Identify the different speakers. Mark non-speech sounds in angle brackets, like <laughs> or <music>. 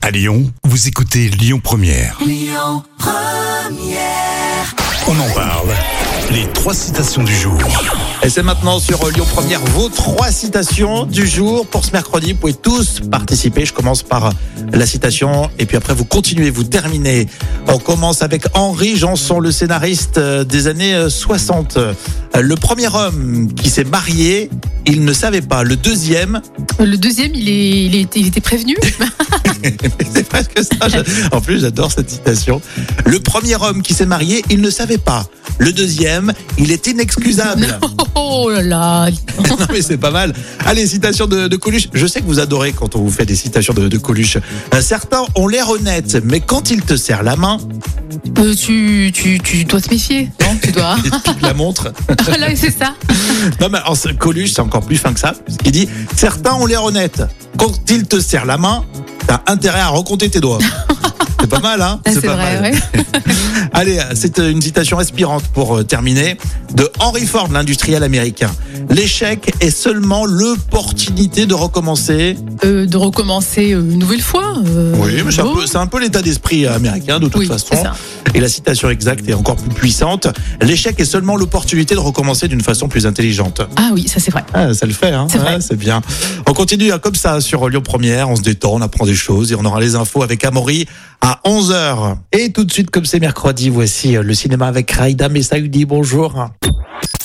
Speaker 1: À Lyon, vous écoutez Lyon Première. On en parle. Les trois citations du jour.
Speaker 2: Et c'est maintenant sur Lyon Première vos trois citations du jour pour ce mercredi. Vous pouvez tous participer. Je commence par la citation et puis après vous continuez, vous terminez. On commence avec Henri Janson, le scénariste euh, des années euh, 60. Euh, Le premier homme qui s'est marié, il ne savait pas. Le deuxième, <laughs>
Speaker 3: Le deuxième, il, est, il, est- il était prévenu.
Speaker 2: c'est presque ça. Je- En plus, j'adore cette citation. Le premier homme qui s'est marié, il ne savait pas. Le deuxième, il est inexcusable.
Speaker 3: Oh là là.
Speaker 2: <laughs> Non mais c'est pas mal. Allez, citation de, de Coluche. Je sais que vous adorez quand on vous fait des citations de, de Coluche. Euh, Certains ont l'air honnêtes, mais quand il te serre la main,
Speaker 3: Euh, tu, tu, tu dois te méfier. Non, tu
Speaker 2: <laughs>
Speaker 3: dois. Ah,
Speaker 2: il te pique la montre.
Speaker 3: là, c'est ça.
Speaker 2: Non mais alors, ce Coluche, c'est encore plus fin que ça. Parce qu'il dit, certains ont l'air honnêtes. Quand il te serre la main, t'as intérêt à recompter tes doigts. C'est pas mal, hein
Speaker 3: Là, Ah, c'est
Speaker 2: pas
Speaker 3: vrai,
Speaker 2: mal.
Speaker 3: ouais.
Speaker 2: Allez, c'est une citation inspirante pour euh, terminer de Henry Ford, l'industriel américain. L'échec est seulement l'opportunité de recommencer.
Speaker 3: Euh, de recommencer euh, une nouvelle fois. euh,
Speaker 2: Oui, mais c'est un
Speaker 3: bon.
Speaker 2: peu, c'est un peu l'état d'esprit euh, américain de toute
Speaker 3: Oui,
Speaker 2: façon.
Speaker 3: c'est ça.
Speaker 2: Et la citation exacte est encore plus puissante. L'échec est seulement l'opportunité de recommencer d'une façon plus intelligente.
Speaker 3: Ah oui, ça c'est vrai.
Speaker 2: Ah, ça le fait, hein.
Speaker 3: C'est vrai.
Speaker 2: Ah, c'est bien. On continue hein, comme ça sur Lyon Première. On se détend, on apprend des choses et on aura les infos avec Amaury à 11 h Et tout de suite, comme c'est mercredi, voici euh, le cinéma avec Raïda Messaoudi. Bonjour.